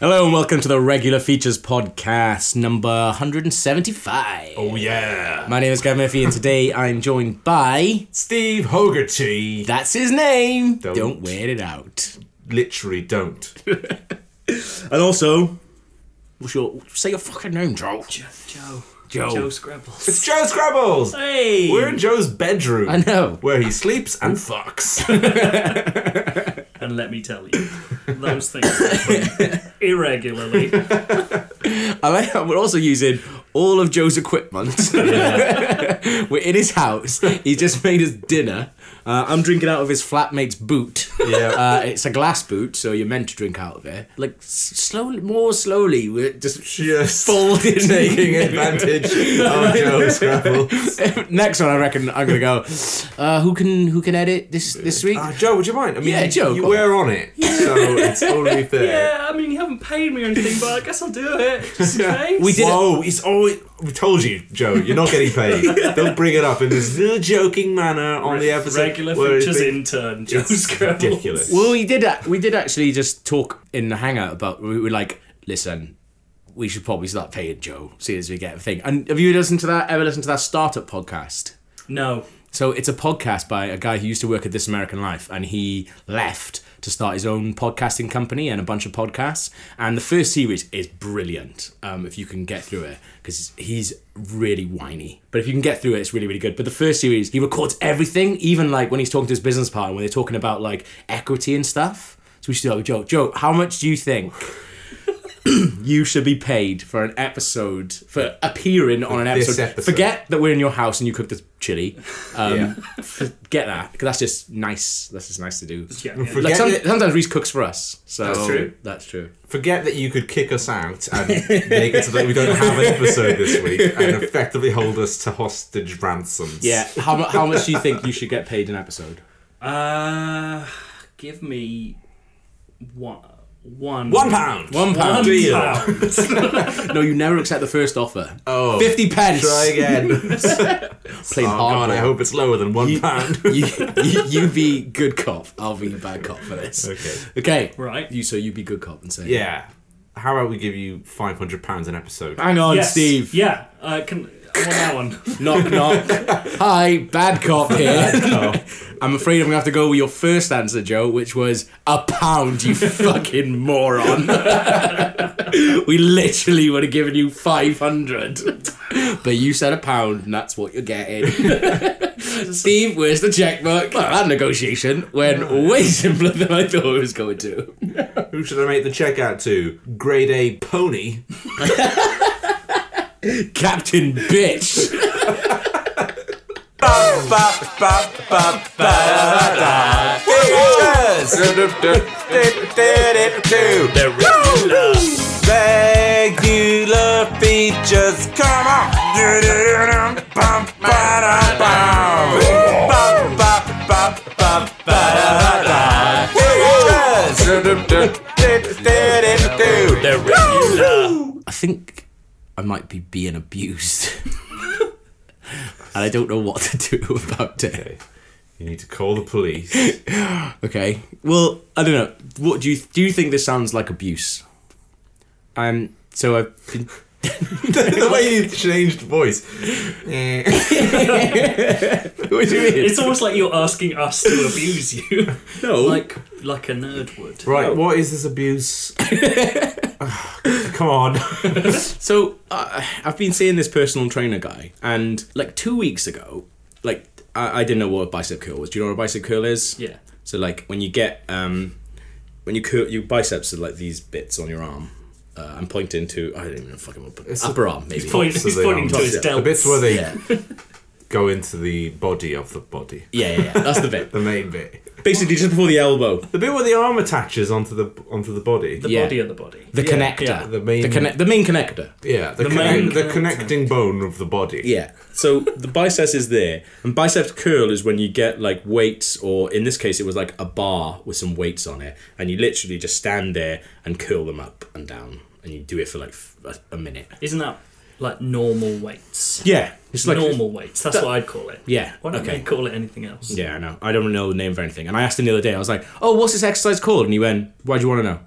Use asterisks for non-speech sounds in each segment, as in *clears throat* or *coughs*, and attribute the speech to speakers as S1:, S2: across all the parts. S1: Hello and welcome to the Regular Features Podcast number 175.
S2: Oh yeah.
S1: My name is Gavin Murphy and today I'm joined by.
S2: Steve Hogarty.
S1: That's his name! Don't,
S2: Don't.
S1: wear it out.
S2: Literally
S3: *laughs*
S2: don't.
S1: And also. What's your. Say your fucking name, Joe.
S3: Joe.
S1: Joe.
S3: Joe Scrabbles.
S2: It's Joe Scrabbles!
S1: Hey!
S2: We're in Joe's bedroom.
S1: I know.
S2: Where he sleeps and
S3: *laughs*
S2: fucks.
S3: And let me tell you,
S2: *laughs*
S3: those things happen irregularly.
S1: I like how we're also using all of Joe's equipment. *laughs* we're in his house. He just made us dinner. Uh, I'm drinking out of his flatmate's boot.
S2: yeah.
S1: Uh, it's a glass boot, so you're meant to drink out of it. Like s- slowly, more slowly, we're just
S3: *laughs*
S1: *laughs*
S2: Just
S1: folding,
S2: taking advantage of Joe
S1: *laughs*
S2: Scrabbles.
S1: Next one, I reckon I'm gonna go. Uh, who can who can edit this this week?
S2: Uh, Joe, would you mind? I mean,
S1: Yeah, Joe,
S2: you
S1: go on.
S2: were on it, so it's
S3: *laughs*
S2: only fair.
S3: yeah, I mean, you haven't paid me or anything, but I guess I'll do it. Just in case.
S1: We did it.
S2: Whoa, it's always. We told you, Joe, you're not getting
S3: *laughs*
S2: paid. Don't bring it up in this little joking manner on the episode.
S3: Regular
S2: where it's
S3: features
S2: been-
S3: intern,
S2: *laughs*
S3: Joe
S2: It's
S3: Scrabbles.
S2: ridiculous.
S1: Well, we did a- we did actually just talk in the hangout about we were like, listen, we should probably start paying Joe soon as we get a thing. And have you listened to that? Ever listened to that startup podcast?
S3: No.
S1: So it's a podcast by a guy who used to work at This American Life, and he left to start his own podcasting company and a bunch of podcasts. And the first series is brilliant um, if you can get through it, because he's really whiny. But if you can get through it, it's really really good. But the first series, he records everything, even like when he's talking to his business partner when they're talking about like equity and stuff. So we should like, Joe, Joe, how much do you think? *clears throat* you should be paid for an episode for appearing on an
S2: this
S1: episode.
S2: episode.
S1: Forget that we're in your house and you cooked the chili. Um,
S2: Yeah.
S1: Forget that because that's just nice. That's just nice to do.
S3: Yeah, yeah.
S2: Forget
S1: Like some,
S2: it.
S1: sometimes Reese cooks for us. So
S3: That's true.
S1: That's true.
S2: Forget that you could kick us out and make it so that we don't have an episode this week and effectively hold us to hostage ransoms.
S1: Yeah. How, mu- how much do you think you should get paid an episode?
S2: *laughs*
S3: Uh, give me one. One.
S2: One pound.
S1: One
S3: One
S1: pound.
S2: deal.
S3: pound.
S1: No, you never accept the first offer.
S2: Oh.
S1: Fifty pence.
S2: Try
S1: *laughs*
S2: again. oh
S1: Playing hardball.
S2: god, I hope it's lower than one pound. *laughs*
S1: you, you, you be good cop. I'll be bad cop for this.
S2: Okay.
S1: Okay.
S3: Right.
S1: You so you be good cop and say.
S2: Yeah. How about we give you five hundred pounds an episode?
S1: Hang on,
S3: Yes.
S1: Steve.
S3: Yeah. Uh, can, I want
S2: *laughs*
S3: that one.
S1: Knock knock. *laughs* Hi, bad cop here.
S2: Oh.
S1: *laughs* I'm afraid I'm gonna have to go with your first answer, Joe, which was a pound, *laughs* you fucking moron. *laughs* we literally would have given you 500. But you said a pound, and that's what you're *laughs* getting. Steve, where's the checkbook? Well, that negotiation went way simpler than I thought it was going to.
S2: Who should I make the check out to? Grade A pony.
S1: Captain Bitch. *laughs*
S2: *laughs* Regular features, come on!
S1: I think I might be being abused. *laughs* and I don't know what to do *laughs* about it.
S2: Okay. You need to call the police.
S1: Okay. Well, I don't know. What do you do? You think this sounds like abuse? Um. So I've been.
S2: *laughs*
S1: *laughs*
S2: the way you changed voice.
S1: what do you mean?
S3: It's almost like you're asking us to abuse
S2: *laughs*
S3: you,
S1: no.
S2: Oh.
S3: like like a nerd would.
S2: *laughs* Right, what is this abuse? come on.
S1: So uh, I've been seeing this personal trainer guy, and like two weeks ago, like I, I didn't know what a bicep curl was. Do you know what a bicep curl is?
S3: Yeah.
S1: So like when you get um, when you curl, your biceps are like these bits on your arm. Uh, I'm pointing to I don't even know fucking what,
S2: It's
S1: upper
S2: a-
S1: arm maybe.
S3: Point,
S2: So
S3: he's
S2: they
S3: pointing to
S2: aren't.
S3: his delts.
S2: The bits where they
S1: yeah.
S2: go into the body of the body.
S1: yeah, yeah, yeah. That's the bit.
S2: The main bit.
S1: Basically, just before the elbow.
S2: The bit where the arm attaches onto the onto the body.
S3: the
S1: Yeah.
S3: body of the body.
S1: The
S2: Yeah,
S1: connector.
S2: yeah,
S1: the
S2: the
S1: main.
S2: main-
S1: The, conne- the main connector.
S2: yeah, the,
S3: The
S2: connect-
S3: main
S2: the
S3: connector.
S2: connecting bone of the body.
S1: Yeah. So the biceps is there, and bicep curl is when you get like weights, or in this case, it was like a bar with some weights on it, and you literally just stand there and curl them up and down, and you do it for like f- a, a minute.
S3: Isn't that like normal weights?
S1: Yeah, it's like
S3: normal weights. That's what I'd call it.
S1: Yeah,
S3: Why don't
S1: okay.
S3: they call it anything else?
S1: Yeah, I know. I don't know the name for anything. And I asked him the other day. I was like, "Oh, what's this exercise called?" And he went, "Why do you want to know?"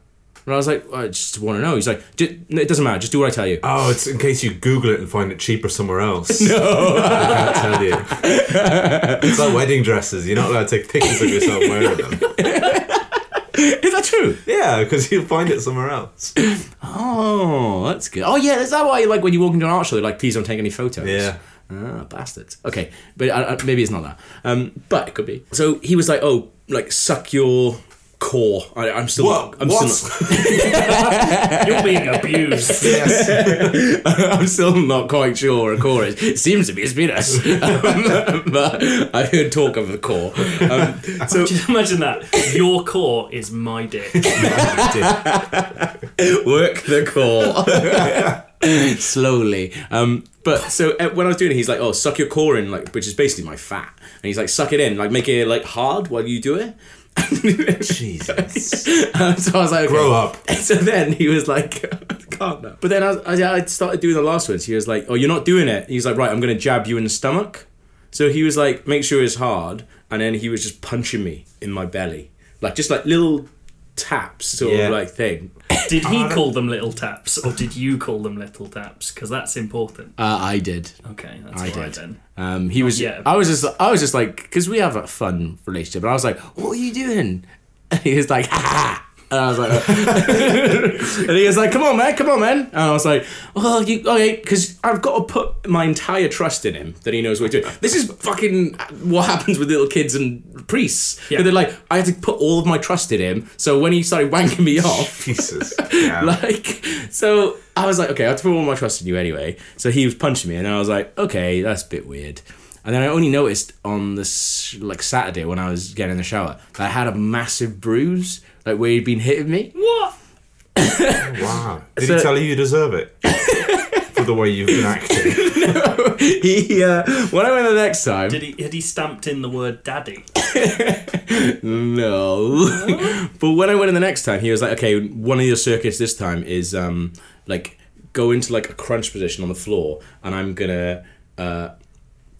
S1: And I was like, I just want to know. He's like, "Ju- no, it doesn't matter. Just do what I tell you.
S2: Oh, it's in case you Google it and find it cheaper somewhere else.
S1: *laughs*
S2: No. I can't tell you. It's like wedding dresses. You're not allowed to take pictures of yourself wearing
S1: *laughs*
S2: them.
S1: Is that true?
S2: Yeah, because you'll find it somewhere else.
S1: Oh, that's good. Oh yeah, is that why? Like when you walk into an art show, they're like, please don't take any photos.
S2: Yeah.
S1: Ah, bastards. Okay, but uh, uh, maybe it's not that. Um, but it could be. So he was like, oh, like suck your core. I, I'm still.
S2: What?
S1: I'm
S2: what?
S1: Still
S3: You're being
S1: *laughs*
S3: abused. *laughs*
S2: yes.
S1: not, *laughs* I'm still not quite sure what a core is. It seems to be a penis, *laughs* um, but I heard talk of the core. Um, so
S3: Just imagine that. Your core is my dick.
S1: work the core *laughs* slowly um but so uh, when i was doing it he's like oh suck your core in like which is basically my fat and he's like suck it in like make it like hard while you do it
S2: *laughs*
S1: *laughs*
S2: Jesus.
S1: Um, so i was like okay.
S2: Grow up.
S1: *laughs* so then he was like *laughs* can't now. but then I, was, I, I started doing the last ones he was like oh you're not doing it he's like right i'm gonna jab you in the stomach so he was like make sure it's hard and then he was just punching me in my belly like just like little taps sort
S2: Yeah.
S1: of like thing
S3: Did he call them little taps, or did you call them little taps? Because that's important.
S1: uh, i did
S3: Okay, that's
S1: I
S3: all right
S1: did.
S3: then.
S1: Um, he was.
S3: yet.
S1: I was just. I was just like, because we have a fun relationship, and I was like, "What are you doing?" *laughs* And he was like, "Ha ha." And I was like, *laughs* and he was like, "Come on, man, come on, man." And I was like, "Well, you okay?" Because I've got to put my entire trust in him that he knows what he's doing. This is fucking what happens with little kids and priests.
S3: Yeah.
S1: Yeah. They're like, I had to put all of my trust in him. So when he started wanking me *laughs* off,
S2: Jesus. Yeah.
S1: *laughs* like so i was like okay i have to put all my trust in you anyway so he was punching me and i was like okay that's a bit weird and then i only noticed on this like saturday when i was getting in the shower that i had a massive bruise like where he'd been hitting me *laughs*
S3: What?
S2: Wow. Did
S1: So-
S2: he tell you you
S1: *laughs*
S2: deserve it? For the way you've been acting.
S1: he uh, when i went the next time
S3: Did he had he stamped in the word daddy?
S1: no *laughs* but when i went in the next time he was like okay one of your circuits this time is um like go into like a crunch position on the floor and i'm gonna uh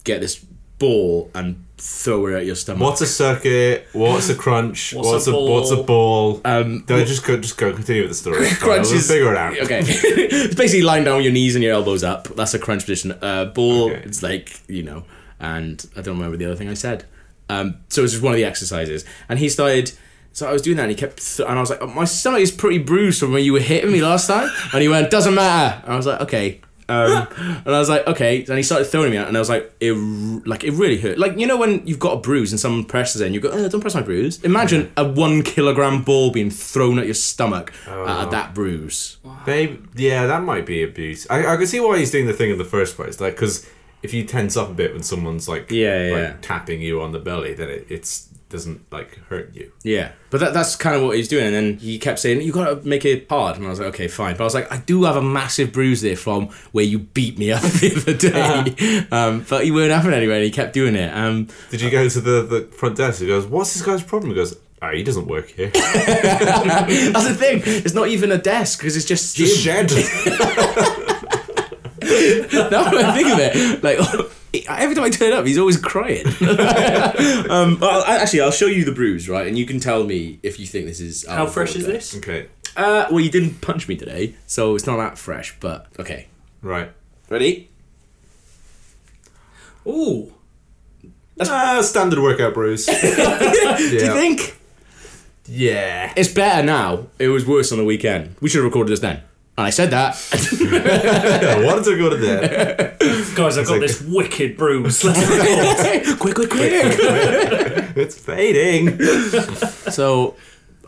S1: get this ball and throw it at your stomach
S2: What's a circuit? What's a crunch?
S3: What's
S2: What's,
S3: a
S2: a, what's a ball?
S1: Um,
S2: no, just go, just go. Continue with the story.
S1: *laughs* crunch
S2: We'll
S1: is
S2: figure it out.
S1: Okay, *laughs* it's basically lying down with your knees and your elbows up. That's a crunch position. Uh, ball.
S2: Okay.
S1: It's like you know, and I don't remember the other thing I said. Um, so it's just one of the exercises, and he started. So I was doing that, and he kept, th- and I was like, oh, "My stomach is pretty bruised from when you were hitting me last time." And he went, "Doesn't matter." And I was like, "Okay." Um, and I was like, "Okay." And he started throwing me out, and I was like, "It, r- like, it really hurt." Like you know when you've got a bruise and someone presses it, and you go, oh, "Don't press my bruise." Imagine a one kilogram ball being thrown at your stomach uh, at that bruise.
S2: Maybe, yeah, that might be abuse. I, I can see why he's doing the thing in the first place. Like, because if you tense up a bit when someone's like,
S1: Yeah,
S2: like
S1: yeah.
S2: tapping you on the belly, then it it's, doesn't like hurt you.
S1: Yeah, but that, that's kind of what he's doing. And then he kept saying, "You got to make it hard." And I was like, "Okay, fine." But I was like, "I do have a massive bruise there from where you beat me up *laughs* the other day." um, but he weren't having it anyway. And he kept doing it. Um, *laughs*
S2: Did you go to the, the front desk? He goes, "What's this guy's problem?" He goes, "Ah, he doesn't work
S1: *laughs*
S2: here.
S1: that's the thing. It's not even a desk because it's just,
S2: Just shed."
S1: *laughs* now when I think of it, like *laughs* every time I turn up, he's always crying. *laughs* um, well, I- actually, I'll show you the bruise, right? And you can tell me if you think this is out
S3: How
S1: of
S3: fresh is
S1: order.
S3: this?
S2: *laughs* okay,
S1: Uh, well, you didn't punch me today, so it's not that fresh. But okay,
S2: right.
S1: ready?
S3: Ooh,
S2: Ah, standard
S1: *laughs*
S2: workout bruise.
S1: Do you think?
S2: Yeah. *laughs*
S1: It's better now. It was worse on the weekend. We should have recorded this then. And I said that.
S2: I wanted to go to there.
S3: guys, I've got this wicked
S1: *laughs*
S3: bruise. Let's
S1: *laughs*
S3: record.
S1: quick, quick, quick.
S2: It's fading.
S1: *laughs* so,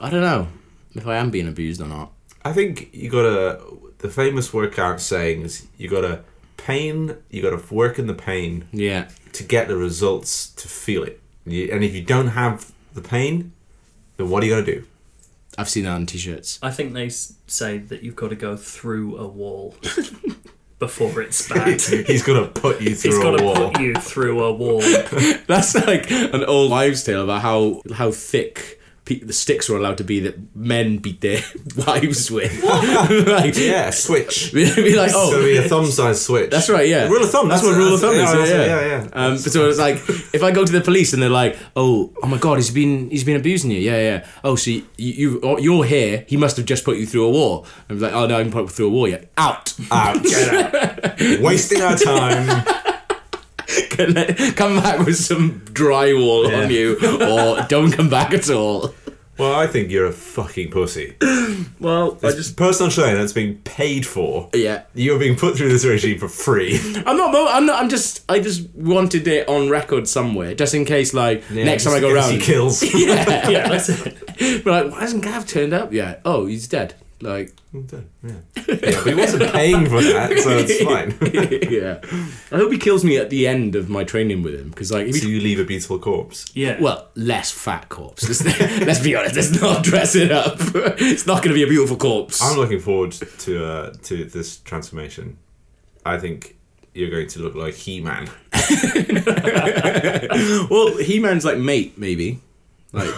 S1: I don't know if I am being abused or not.
S2: I think you gotta the famous workout saying is you gotta pain, you gotta work in the pain
S1: Yeah.
S2: to get the results to feel it. You, and if you don't have the pain, then what are you gonna do?
S1: I've seen that on t *laughs* shirts.
S3: I think they s- say that you've got to go through
S1: *laughs*
S3: a wall before it's
S2: *laughs*
S3: bad.
S2: He's gonna put you
S3: It's
S2: through
S3: got
S2: a
S3: to
S2: wall. *laughs*
S3: put you through a wall.
S1: That's like an old wives' tale about how, how thick pe- the sticks were allowed to be that men beat their *laughs* wives with. *laughs* like,
S2: Yeah, switch.
S1: be like, *laughs*
S2: It's
S1: oh,
S2: gonna be a thumb size switch.
S1: that's right, yeah.
S2: Rule of thumb.
S1: That's, what rule of thumb
S2: that's-
S1: is. Yeah, yeah,
S2: yeah, yeah.
S1: Um, so it's like if I go to the police and they're like, "Oh, oh my God, he's been he's been abusing you." Yeah, yeah. Oh, so you, you oh, you're here. He must have just put you through a wall. I'm like, "Oh no, I haven't put you through a wall yet." Out. *laughs*
S2: Ouch. *laughs* Wasting our time.
S1: come back with some drywall
S2: Yeah.
S1: on you, or don't come back at all.
S2: Well, I think you're a fucking pussy.
S3: Well, I
S2: This
S3: just
S2: personal trainer that's being paid for.
S1: Yeah.
S2: You're being put through this regime for free.
S1: I'm not. mo- I'm not. I'm just. I just wanted it on record somewhere, just in case. Like next time I go
S2: Just in case he
S1: round.
S2: *laughs* kills.
S1: *laughs* Yeah.
S3: yeah, that's it.
S1: But like, why hasn't Gav turned up yet? Oh, he's dead. Like, *laughs*
S2: yeah. yeah, but he wasn't paying for that, so it's *laughs* fine.
S1: yeah. I hope he kills me at the end of my training with him because, like, if
S2: so
S1: he,
S2: you leave a beautiful corpse.
S3: Yeah.
S1: well, less fat corpse. *laughs* Let's, let's be honest. Let's not dress it up. *laughs* It's not going to be a beautiful corpse.
S2: I'm looking forward to uh, to this transformation. I think you're going to look like He-Man.
S1: *laughs*
S2: *laughs*
S1: well, He Man's like mate, maybe. *laughs* Like,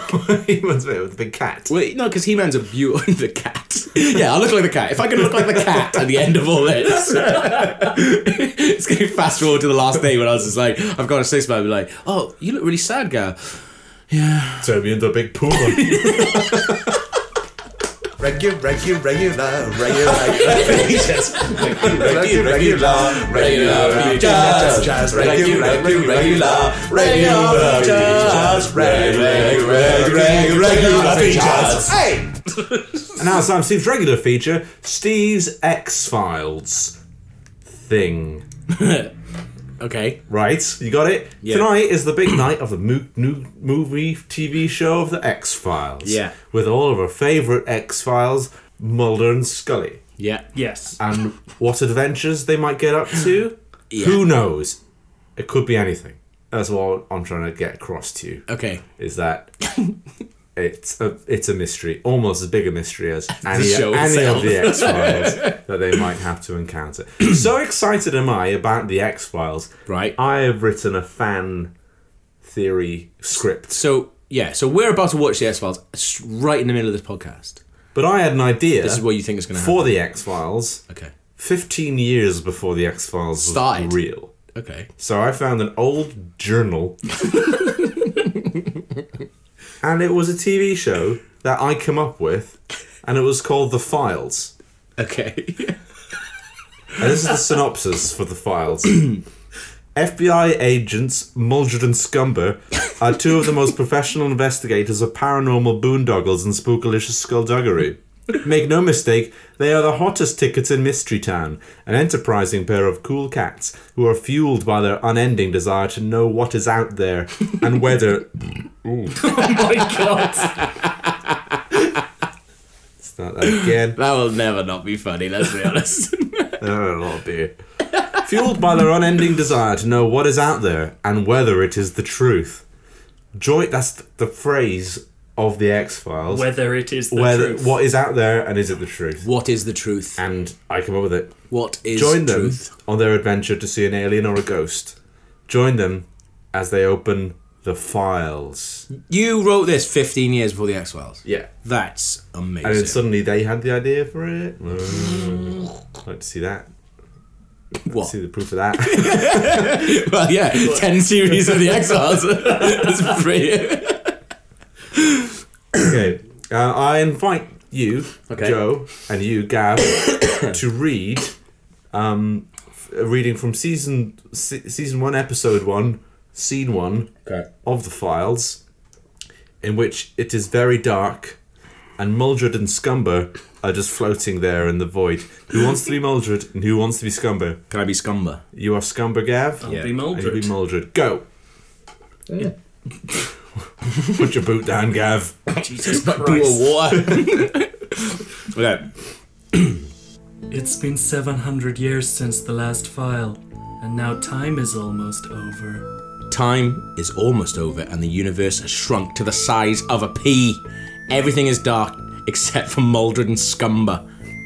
S2: He-Man's mate with a big cat.
S1: wait, no, because He Man's a beautiful *laughs* the cat. Yeah, I look like the cat. If I can look like the cat at the end of all *laughs* this, it's going to fast forward to the last day when I was just like, I've got a six pack. I'll be like, oh, you look really sad, Gav.
S2: Turn me into a big *laughs* pool. Regular,
S4: regular, regular, regular, regular, regular,
S1: regular,
S4: regular, jazz, jazz, regular, regular, regular, regular, jazz, regular, regular, regular, jazz. Hey!
S2: and now it's time for Steve's regular feature, Steve's X-Files thing.
S1: Okay.
S2: Right, you got it.
S1: Yeah.
S2: Tonight is the big *clears throat* night of the mo- new movie TV show of the X Files.
S1: Yeah.
S2: with all of our favourite X Files, Mulder and Scully,
S1: Yeah.
S3: yes.
S1: *laughs*
S3: *laughs*
S2: and what adventures they might get up to. Who knows? It could be anything. That's what I'm trying to get across to you.
S1: Okay.
S2: Is
S1: *laughs*
S2: that it's a it's a mystery, almost as big a mystery
S1: *laughs*
S2: as any,
S1: show
S2: any
S1: itself.
S2: of the X Files
S1: *laughs*
S2: that they might have to encounter. *clears throat* so excited am I about the X Files.
S1: Right.
S2: I have written a fan theory script,
S1: So yeah, so we're about to watch the X Files right in the middle of this podcast.
S2: but I had an idea
S1: This is what you think is going to happen.
S2: for the X Files
S1: Okay.
S2: 15 years before the X Files was
S1: Started.
S2: real.
S1: Okay.
S2: So I found an old journal, and it was a TV show that I came up with, and it was called The Files.
S1: Okay. *laughs*
S2: And this is the synopsis for the files. FBI agents Muldred and Scumber are two of the most professional investigators of paranormal boondoggles and spookalicious skullduggery. Make no mistake, they are the hottest tickets in Mystery Town, an enterprising pair of cool cats who are fueled by their unending desire to know what is out there and whether.
S3: Oh my god.
S2: Start that again.
S1: That will never not be funny. Let's be honest.
S2: Oh, a lot of beer. Fueled by their unending desire to know what is out there and whether it is the truth. Joint, that's th- the phrase of the X Files.
S3: Whether it is the
S2: Whether
S3: truth.
S2: what is out there and is it the truth?
S1: what is the truth?
S2: And I come up with it.
S1: What is
S2: Join them
S1: truth?
S2: on their adventure to see an alien or a ghost. Join them as they open the files.
S1: You wrote this 15 years before the X Files.
S2: Yeah.
S1: That's amazing.
S2: And then suddenly they had the idea for it. Mm. like to see that.
S1: what?
S2: See the proof of that. *laughs*
S1: well, yeah, 10 series of the X *laughs* Files. That's brilliant.
S2: Okay. Uh, I invite you,
S1: Okay.
S2: Joe, and you,
S1: *coughs*
S2: Gav, to read um, f- a reading from season se- season one, episode one, scene one
S1: Okay.
S2: of the files, in which it is very dark, and Muldred and Scumber are just floating there in the void. Who wants to be Muldred and who wants to be Scumber?
S1: Can I be Scumber?
S2: You are Scumber, Gav.
S3: I'll be
S1: Yeah.
S2: And you'll be Muldred.
S3: Mildred.
S2: Go. *laughs* Put your boot down, Gav. *laughs*
S3: Jesus
S1: Boot of
S3: Christ.
S1: water. *laughs* okay.
S3: It's been 700 years since the last file, and now time is almost over.
S1: Time is almost over and the universe has shrunk to the size of a pea. Everything is dark except for Maldred and Scumber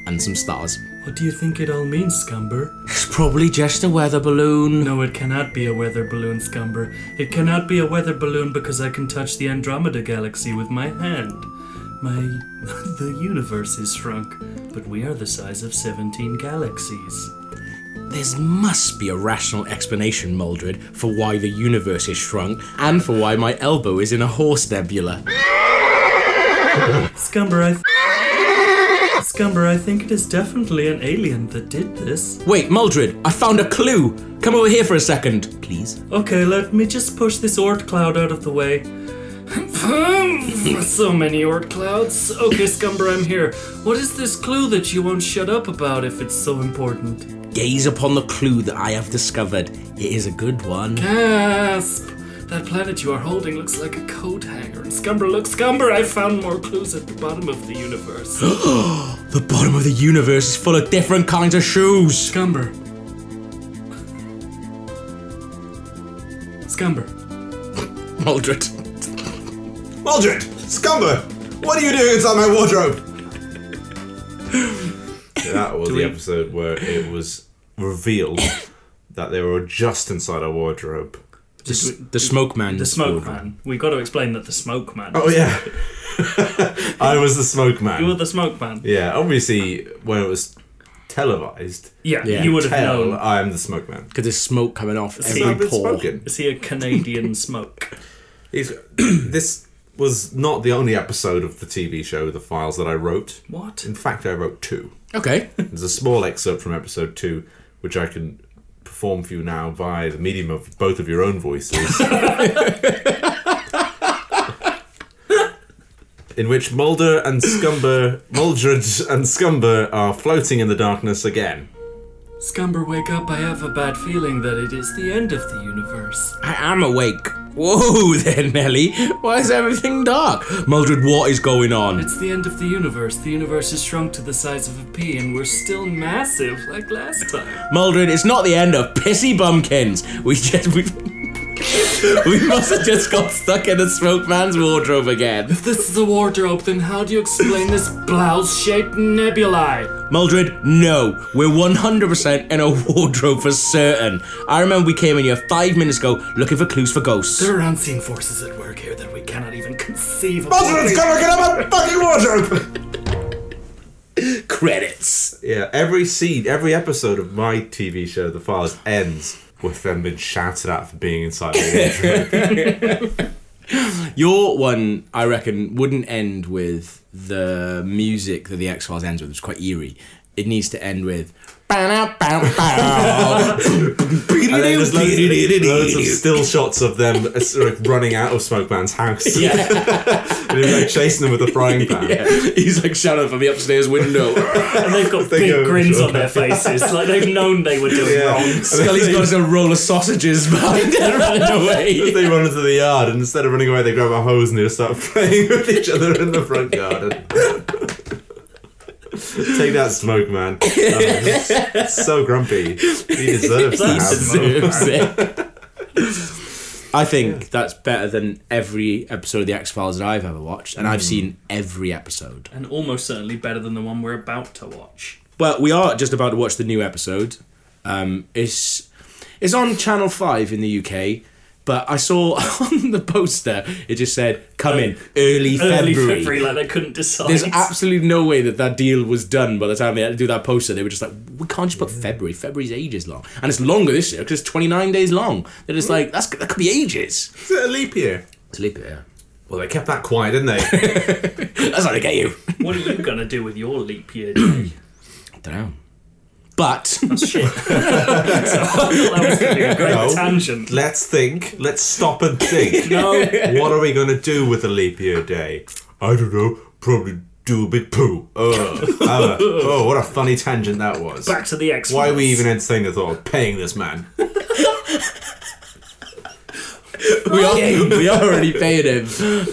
S1: and some stars.
S3: What do you think it all means, Scumber?
S1: It's probably just a weather balloon.
S3: No, it cannot be a weather balloon, Scumber. It cannot be a weather balloon because I can touch the Andromeda Galaxy with my hand. My. *laughs* the universe is shrunk, but we are the size of 17 galaxies.
S1: There must be a rational explanation, Mildred, for why the universe is shrunk and for why my elbow is in a horse nebula.
S3: Scumber, I. Th- Scumber, I think it is definitely an alien that did this.
S1: Wait, Mildred, I found a clue. Come over here for a second, please.
S3: Okay, let me just push this Oort cloud out of the way. *laughs* so many Oort clouds. Okay, Scumber, I'm here. What is this clue that you won't shut up about if it's so important?
S1: Gaze upon the clue that I have discovered. It is a good one.
S3: Gasp! That planet you are holding looks like a coat hanger. And Scumber, look, Scumber, I found more clues at the bottom of the universe.
S1: The bottom of the universe is full of different kinds of shoes.
S3: Scumber. Scumber.
S1: Mildred.
S2: Maldred! Scumber! What are you doing inside my wardrobe? that *laughs* was the episode where it was revealed that they were just inside a wardrobe.
S1: The, s- the smoke man.
S3: The smoke man. We got to explain that the smoke man.
S2: Oh, yeah. *laughs* I was the smoke man.
S3: You were the smoke man.
S2: Yeah, obviously, when it was televised,
S3: Yeah,
S1: Yeah.
S3: you would have
S2: tell
S3: known.
S2: I am the smoke man.
S1: Because there's smoke coming off
S2: He's not
S1: every
S2: been
S1: pore.
S2: spoken.
S3: Is he a Canadian *laughs* smoke?
S2: He's, *clears throat* this was not the only episode of the TV show The Files that I wrote.
S3: What?
S2: In fact, I wrote two.
S1: Okay. *laughs*
S2: There's a small excerpt from episode two, which I can perform for you now via the medium of both of your own voices. in which Mulder and Scumber, Muldred and Scumber are floating in the darkness again.
S3: Scumber, wake up. I have a bad feeling that it is the end of the universe.
S1: I am awake. Whoa *laughs* there, Nelly. Why is everything dark? Mildred, what is going on?
S3: It's the end of the universe. The universe is shrunk to the size of a pea, and we're still massive like last time.
S1: Mildred, it's not the end of Pissy Bumpkins. We just. We, *laughs* we must have just got stuck in the smoke man's wardrobe again.
S3: If this is a wardrobe, then how do you explain this blouse shaped nebulae?
S1: Mildred, no. We're 100% in a wardrobe for certain. I remember we came in here five minutes ago looking for clues for ghosts.
S3: There are unseen forces at work here that we cannot even conceive of.
S2: Muldred and Scumber, get out of my fucking
S1: *laughs*
S2: wardrobe!
S1: Credits.
S2: Yeah, every scene, every episode of my TV show, The Files, ends with them being shouted at for being inside the wardrobe.
S1: Your one, I reckon, wouldn't end with the music that the X Files ends with. It's quite eerie. It needs to end
S2: *laughs*
S1: with. *laughs*
S2: And then there's loads of, loads of still shots of them uh, sort of running out of Smoke Man's house.
S1: Yeah.
S2: and he's like chasing them with a frying pan.
S1: Yeah, *laughs* he's like shouting from the upstairs window.
S3: And they've
S2: *laughs*
S3: got
S2: They
S3: big
S2: go-
S3: grins on their faces, like they've known they were doing
S2: Yeah.
S3: wrong.
S2: And
S1: Scully's
S2: then
S1: got his own roll of sausages *laughs* behind her running
S2: they,
S1: *laughs* away.
S2: they run into the yard, and instead of running away, they grab a hose and they just start playing with each other in the front garden. Take that, Smoke Man. That was so grumpy. He deserves to
S3: He
S2: have Smoke Man.
S1: Deserves *laughs* it. I think that's better than every episode of the X Files that I've ever watched, and I've seen every episode.
S3: And almost certainly better than the one we're about to watch.
S1: Well, we are just about to watch the new episode. Um, it's it's on Channel Five in the UK, but I saw *laughs* on the poster it just said "Come in Uh, early
S3: Early
S1: February."
S3: February, like they couldn't decide.
S1: There's absolutely no way that that deal was done by the time they had to do that poster. They were just like, we can't just put February. February's ages long, and it's longer this year because it's 29 days long. They're just like, that's that could be ages.
S2: Is it a leap year?
S1: Sleep here.
S2: Well, they kept that quiet, didn't they?
S1: *laughs* That's how they get you.
S3: *laughs* What are you gonna do with your leap year day?
S1: Don't know. But *laughs*
S3: Shit. so that was gonna be a great
S2: No.
S3: tangent.
S2: let's think. Let's stop and think.
S3: *laughs* No,
S2: what are we gonna do with a leap year day? I don't know. Probably do a big poo. *laughs* Oh, oh, oh, what a funny tangent that was.
S3: back to the X.
S2: Why are we even entertaining the thought of paying this man?
S1: we are we are already paying him.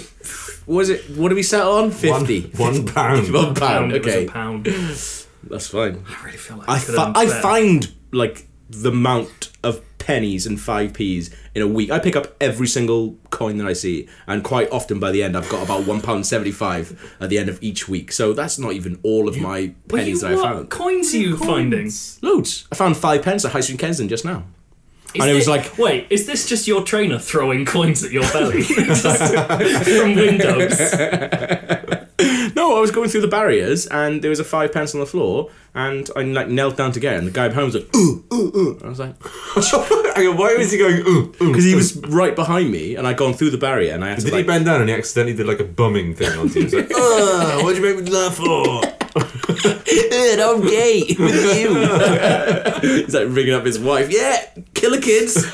S1: Was it? *laughs* What did we settle on? Fifty.
S2: One, one pound.
S1: One
S3: Pound,
S1: pound.
S3: It was a
S1: Okay,
S3: pound.
S1: that's fine.
S3: I really feel like
S1: I
S3: could
S1: fi- I
S3: unfair.
S1: find like the amount of pennies and five p's in a week. I pick up every single coin that I see, and quite often by the end, I've got about one pound seventy five at the end of each week. So that's not even all of my
S3: Were you-
S1: pennies that I
S3: what
S1: found.
S3: coins are you finding?
S1: Loads. I found five pence at High Street in Kensington just now.
S3: Is
S1: And it was
S3: thi-
S1: like-
S3: wait, is this just your trainer throwing coins at your belly *laughs* Just from windows?
S1: No, I was going through the barriers, and there was a five pence on the floor, and I like knelt down to get it, and the guy behind was like, ooh, ooh, ooh. I was like,
S2: *laughs* Hang on, why was he going? Ooh, ooh.
S1: because he was *laughs* right behind me, and I'd gone through the barrier, and I had to
S2: Did
S1: like,
S2: he bend down and he accidentally did like a bumming thing on you?
S1: *laughs*
S2: He's like, Ugh, what'd you make me laugh for?
S1: Good, I'm gay with you. *laughs* He's like ringing up his wife. Yeah, killer kids. *laughs*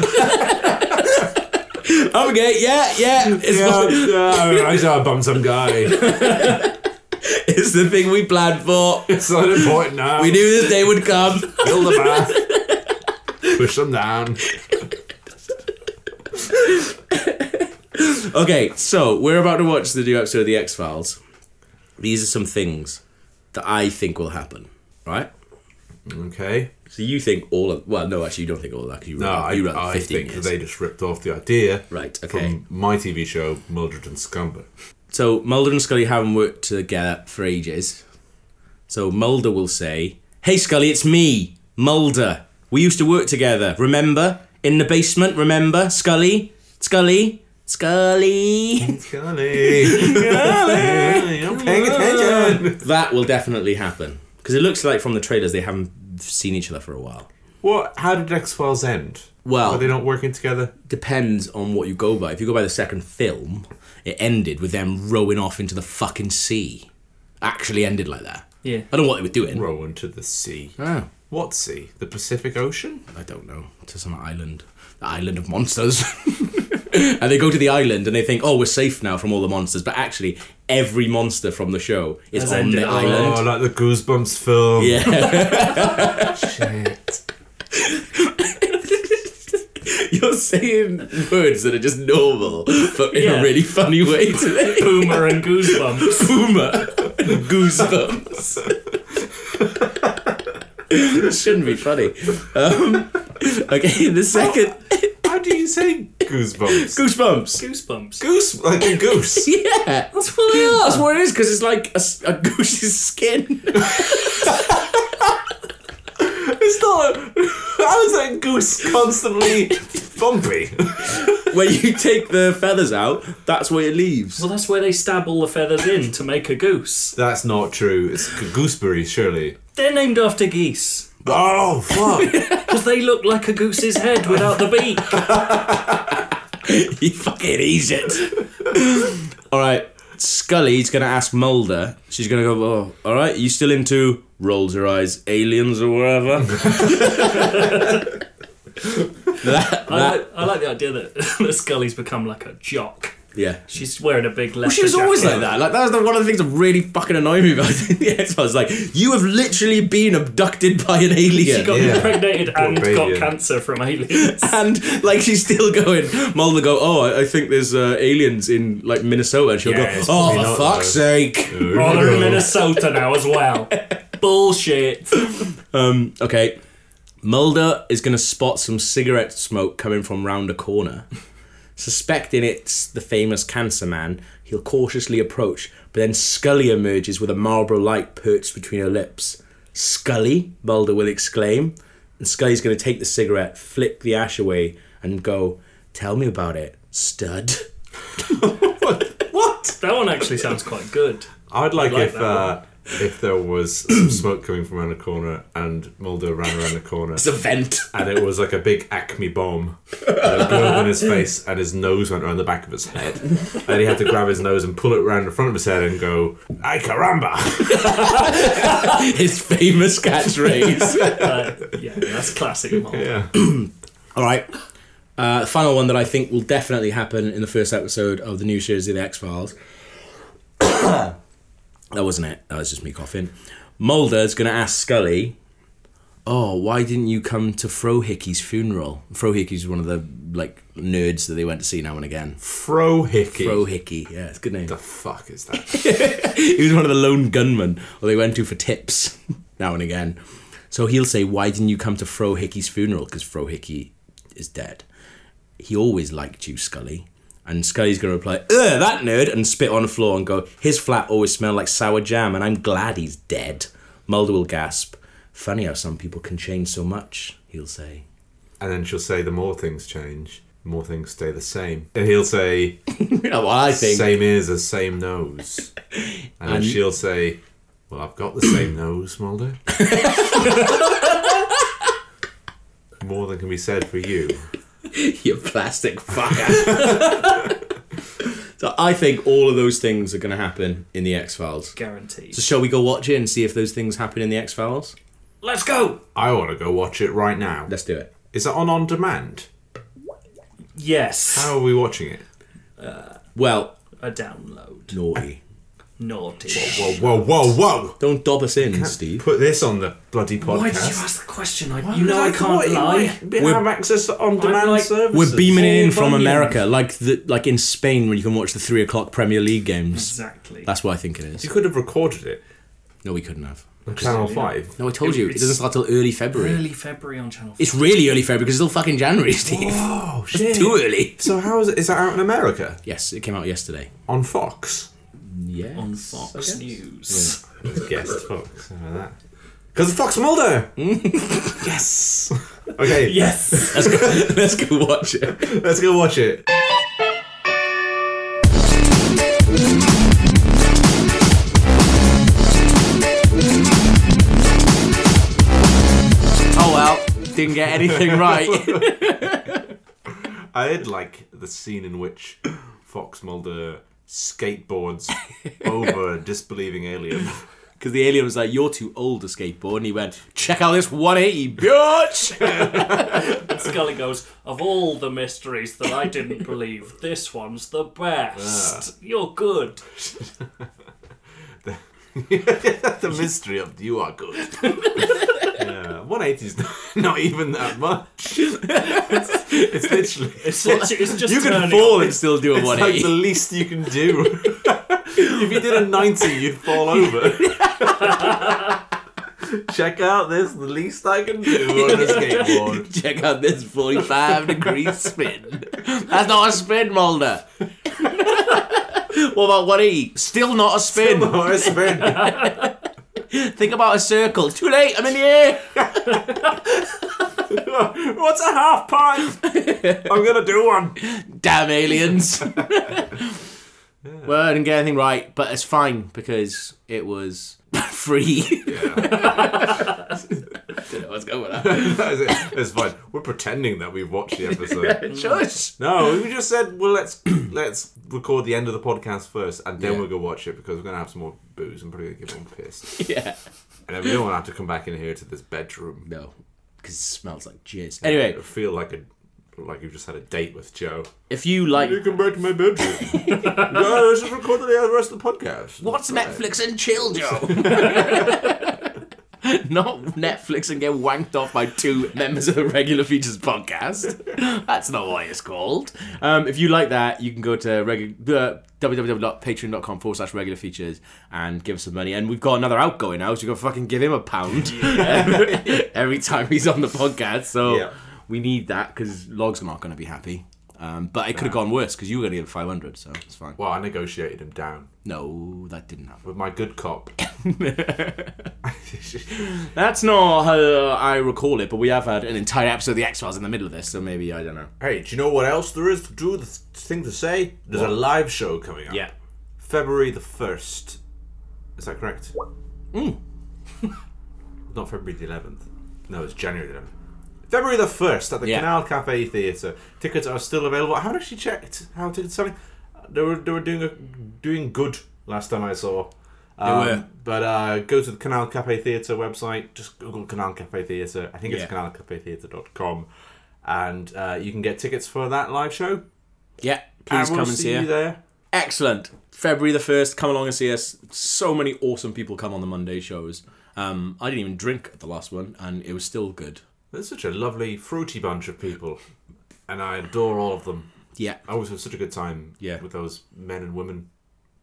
S1: I'm gay. Yeah, yeah. It's,
S2: Yeah,
S1: what-
S2: yeah, I saw I bumped some
S1: *laughs*
S2: guy. *laughs*
S1: it's the thing we planned for.
S2: It's not important now.
S1: We knew this day would come.
S2: Build the bath. Push them down.
S1: Okay, so we're about to watch the new episode of The X Files. These are some things that I think will happen, right?
S2: Okay.
S1: So you think all of. Well, no, actually, you don't think all of that because you
S2: No,
S1: wrote, you wrote
S2: I, I
S1: 15
S2: think
S1: years.
S2: they just ripped off the idea
S1: Right, okay.
S2: from my TV show, Mildred and Scumber.
S1: So Mulder and Scully haven't worked together for ages. So Mulder will say, "Hey Scully, it's me, Mulder. We used to work together. Remember in the basement? Remember, Scully, Scully,
S2: *laughs*
S1: Scully."
S2: Scully! Scully! I'm paying attention!
S1: that will definitely happen because it looks like from the trailers they haven't seen each other for a while.
S2: What? How did X Files end?
S1: Well-
S2: Were they not working together?
S1: Depends on what you go by. If you go by the second film, it ended with them rowing off into the fucking sea. Actually, ended like that.
S3: Yeah.
S1: I don't know what they were doing.
S2: Rowan to the sea.
S1: Oh.
S2: What sea? The Pacific Ocean?
S1: I don't know, to some island, the island of monsters. *laughs* and they go to the island and they think, oh, we're safe now from all the monsters. But actually, every monster from the show is
S3: Has
S1: on
S3: ended
S1: the
S3: up-
S1: island.
S2: Oh, like the Goosebumps film.
S1: Yeah,
S2: Shit.
S1: *laughs* you're saying words that are just normal, but in
S3: Yeah.
S1: a really funny way
S3: *laughs*
S1: today.
S3: Boomer and goosebumps.
S1: Boomer, goosebumps. Shouldn't be funny. Um, okay, the
S3: *laughs*
S1: second
S2: How do you say Goosebumps?
S1: goosebumps.
S3: Goosebumps.
S2: goose, like a goose.
S1: *laughs* Yeah,
S3: That's what they are.
S1: that's what it is because it's like a s a a goose's skin. *laughs*
S2: It's not. *laughs* How is that goose constantly bumpy? *laughs*
S1: when you take the feathers out, that's where it leaves. *laughs*
S3: Well, that's where they stab all the feathers in to make a goose.
S2: That's not true. It's g- gooseberries, surely.
S3: They're named after geese
S1: *laughs*
S2: Oh fuck!
S3: because they look like a goose's head without the *laughs* beak.
S1: he fucking eats it. *laughs* all right, Scully's gonna ask Mulder. She's gonna go, oh, all right, you still into rolls her eyes, aliens or *laughs* whatever? that,
S3: I,
S1: that,
S3: like, I like the idea that, *laughs* that Scully's become like a jock.
S1: yeah.
S3: She's wearing a big leather.
S1: She was always
S3: jacket.
S1: like that. Like that was the, one of the things that really fucking annoyed me about *laughs* the X Files. Like you have literally been abducted by an alien.
S3: She got
S2: Yeah.
S3: impregnated and got
S2: baby.
S3: cancer from
S2: *laughs*
S3: aliens.
S1: and like she's still going. Mulder go, oh, I, I think there's uh, aliens in like Minnesota, and she'll
S2: Yeah, it's
S1: go, oh,
S2: probably
S1: for
S2: not,
S1: fuck's
S2: though."
S1: sake.
S3: Oh, they're in Minnesota now as well. Bullshit.
S1: Um, okay, Mulder is gonna spot some cigarette smoke coming from round a corner, suspecting it's the famous cancer man. He'll cautiously approach, but then Scully emerges with a Marlboro light perched between her lips. Scully, Mulder will exclaim, and Scully's gonna take the cigarette, flip the ash away, and go, "Tell me about it, stud."
S2: what?
S3: That one actually sounds quite good.
S2: I'd like,
S3: like
S2: if
S3: that
S2: uh, if there was some smoke coming from around the corner and Mulder ran around the corner
S1: It's a vent.
S2: and it was like a big Acme bomb that blew up in his face and his nose went around the back of his head and he had to grab his nose and pull it around the front of his head and go, "Ay caramba!"
S1: His famous catchphrase.
S3: Uh, yeah, that's classic. Mulder.
S2: Yeah.
S1: All right. Uh, the final one that I think will definitely happen in the first episode of the new series of The X Files. *coughs* that wasn't it. That was just me coughing. Mulder's going to ask Scully, Oh, why didn't you come to Frohicke's funeral? Frohicke's one of the like nerds that they went to see now and again.
S2: Frohickey.
S1: Frohicke. Yeah, it's a good name.
S2: the fuck is that?
S1: he was one of the lone gunmen or they went to for tips *laughs* now and again so he'll say why didn't you come to fro hickey's funeral because fro hickey is dead. He always liked you, Scully. And Scully's going to reply, Ugh, that nerd, and spit on the floor and go, His flat always smelled like sour jam, and I'm glad he's dead. Mulder will gasp, Funny how some people can change so much, he'll say.
S2: And then she'll say, the more things change, the more things stay the same. And he'll say,
S1: well, I think.
S2: same ears as same nose. And then she'll say, well, I've got the same nose, Mulder. more than can be said for you.
S1: you plastic fucker. *laughs* so I think all of those things are going to happen in the X Files.
S3: Guaranteed.
S1: So shall we go watch it and see if those things happen in the X Files?
S3: Let's go!
S2: I want to go watch it right now.
S1: Let's do it.
S2: Is it on on demand?
S3: Yes.
S2: How are we watching it?
S1: Well,
S3: A download.
S1: naughty.
S3: Naughty.
S2: Whoa, whoa, whoa, whoa!
S1: Don't dob us in, Steve.
S2: Put this on the bloody podcast.
S3: Why did you ask the question? I, you know I can't lie.
S2: We have access to on-demand
S3: like-
S2: services.
S1: We're beaming it in
S3: Full
S1: from
S3: volume.
S1: America, like the, like in Spain where you can watch the three o'clock Premier League games.
S3: Exactly.
S1: That's what I think it is.
S2: You could have recorded it
S1: No, we couldn't have.
S2: on Channel Five.
S1: No, I told you it doesn't start till early February.
S3: Early February on Channel 4.
S1: It's really early February because it's still fucking January, *laughs* Steve.
S2: Oh shit!
S1: Too early.
S2: So how is it? Is that out in America
S1: Yes, it came out yesterday.
S2: on Fox?
S1: Yeah.
S3: on Fox News.
S2: yes, Fox. Because of Fox Mulder. *laughs* yes. *laughs* Okay.
S3: Yes. *laughs*
S1: Let's go, *laughs* let's go watch it.
S2: Let's go watch it.
S1: Oh well, didn't get anything *laughs* right.
S2: I did like the scene in which Fox Mulder *laughs* skateboards over a disbelieving alien.
S1: Because the alien was like, You're too old to skateboard. And he went, Check out this 180, *laughs* bitch!
S3: Scully goes, Of all the mysteries that I didn't believe, this one's the
S1: Ah.
S3: best. You're good.
S2: *laughs* the mystery of you are good. *laughs* yeah, 180 is *laughs* not even that *laughs* much. It's, it's literally
S3: It's, it's, it's just
S1: you can
S3: turning
S1: fall
S3: up.
S1: and still do a
S2: it's like
S1: 180.
S2: the least you
S1: *laughs*
S2: can do. if you did a 90, you'd fall over. Check out this, the least I can do
S1: *laughs*
S2: on a skateboard.
S1: Check out this 45 degree spin. That's not a spin, Mulder. what about 180? Still not a spin.
S2: Or a spin.
S1: Think about a circle. Too late, I'm in the air.
S2: *laughs* What's a half pipe? I'm gonna do one. *laughs*
S1: Damn aliens. *laughs* Well, I didn't get anything right, but it's fine because it was *laughs* free. *laughs* don't know what's going *laughs* on.
S2: That is it. It's fine. We're pretending that we've watched
S1: *laughs*
S2: the episode.
S1: Shush.
S2: No, we just said, well, let's *clears throat* let's record the end of the podcast first, and then
S1: Yeah.
S2: we'll go watch it because we're gonna have some more booze and probably gonna get one
S1: *laughs*
S2: pissed,
S1: Yeah.
S2: and then we don't want to have to come back in here to this bedroom.
S1: No, because it smells like jizz. Anyway,
S2: I feel like a like you've just had a date with *laughs* Joe.
S1: if you like,
S2: come back to my *laughs* bedroom. no, let's just record the rest of the podcast.
S1: what's Netflix and chill, Joe? *laughs* Not Netflix and get wanked off by two members of the Regular Features podcast. That's not why it's called. Um, if you like that, you can go to regu- uh, www.patreon.com forward slash regular features and give us some money. And we've got another outgoing now, so you got to fucking give him a *laughs* pound every time he's on the podcast. So
S2: Yeah.
S1: we need that because Logs are not going to be happy. Um, but it could have gone worse because you were going to give 500, so it's fine.
S2: Well, I negotiated him down
S1: No, that didn't happen.
S2: with my good cop.
S1: That's not how I recall it, but we have had an entire episode of the X Files in the middle of this, so maybe I don't know.
S2: hey, do you know what else there is to do? The th- thing to say? There's a live show coming up.
S1: Yeah.
S2: February the 1st. Is that correct?
S1: Mm.
S2: *laughs* Not February the 11th. No, it's January the 11th. February the 1st at the
S1: Yeah.
S2: Canal Cafe Theatre. Tickets are still available. I haven't actually checked how tickets are selling. They were, they were doing a, doing good last time I saw. Um,
S1: were.
S2: But uh, go to the Canal Cafe Theatre website. Just Google Canal Cafe Theatre. I think it's
S1: Yeah.
S2: canalcafetheatre.com. And uh, you can get tickets for that live show.
S1: Yeah, please
S2: we'll
S1: come and
S2: see
S1: see
S2: you
S1: us.
S2: there.
S1: Excellent. February the 1st, come along and see us. So many awesome people come on the Monday shows. Um, I didn't even drink at the last one, and it was still good.
S2: There's such a lovely, fruity bunch of people, and I adore all of them.
S1: Yeah,
S2: I always have such a good time
S1: Yeah.
S2: with those men and women.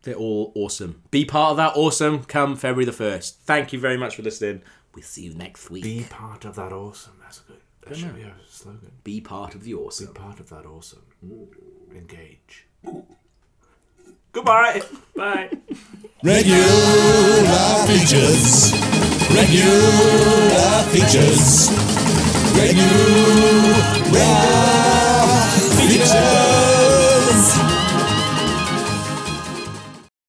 S1: they're all awesome. Be part of that awesome. Come February the 1st. Thank you very much for listening. We'll see you next week.
S2: Be part of that awesome. That's good. That should be our slogan.
S1: Be part of the awesome.
S2: Part of that awesome. Engage. Goodbye.
S3: Bye.
S4: Regular features. Regular features. Regular.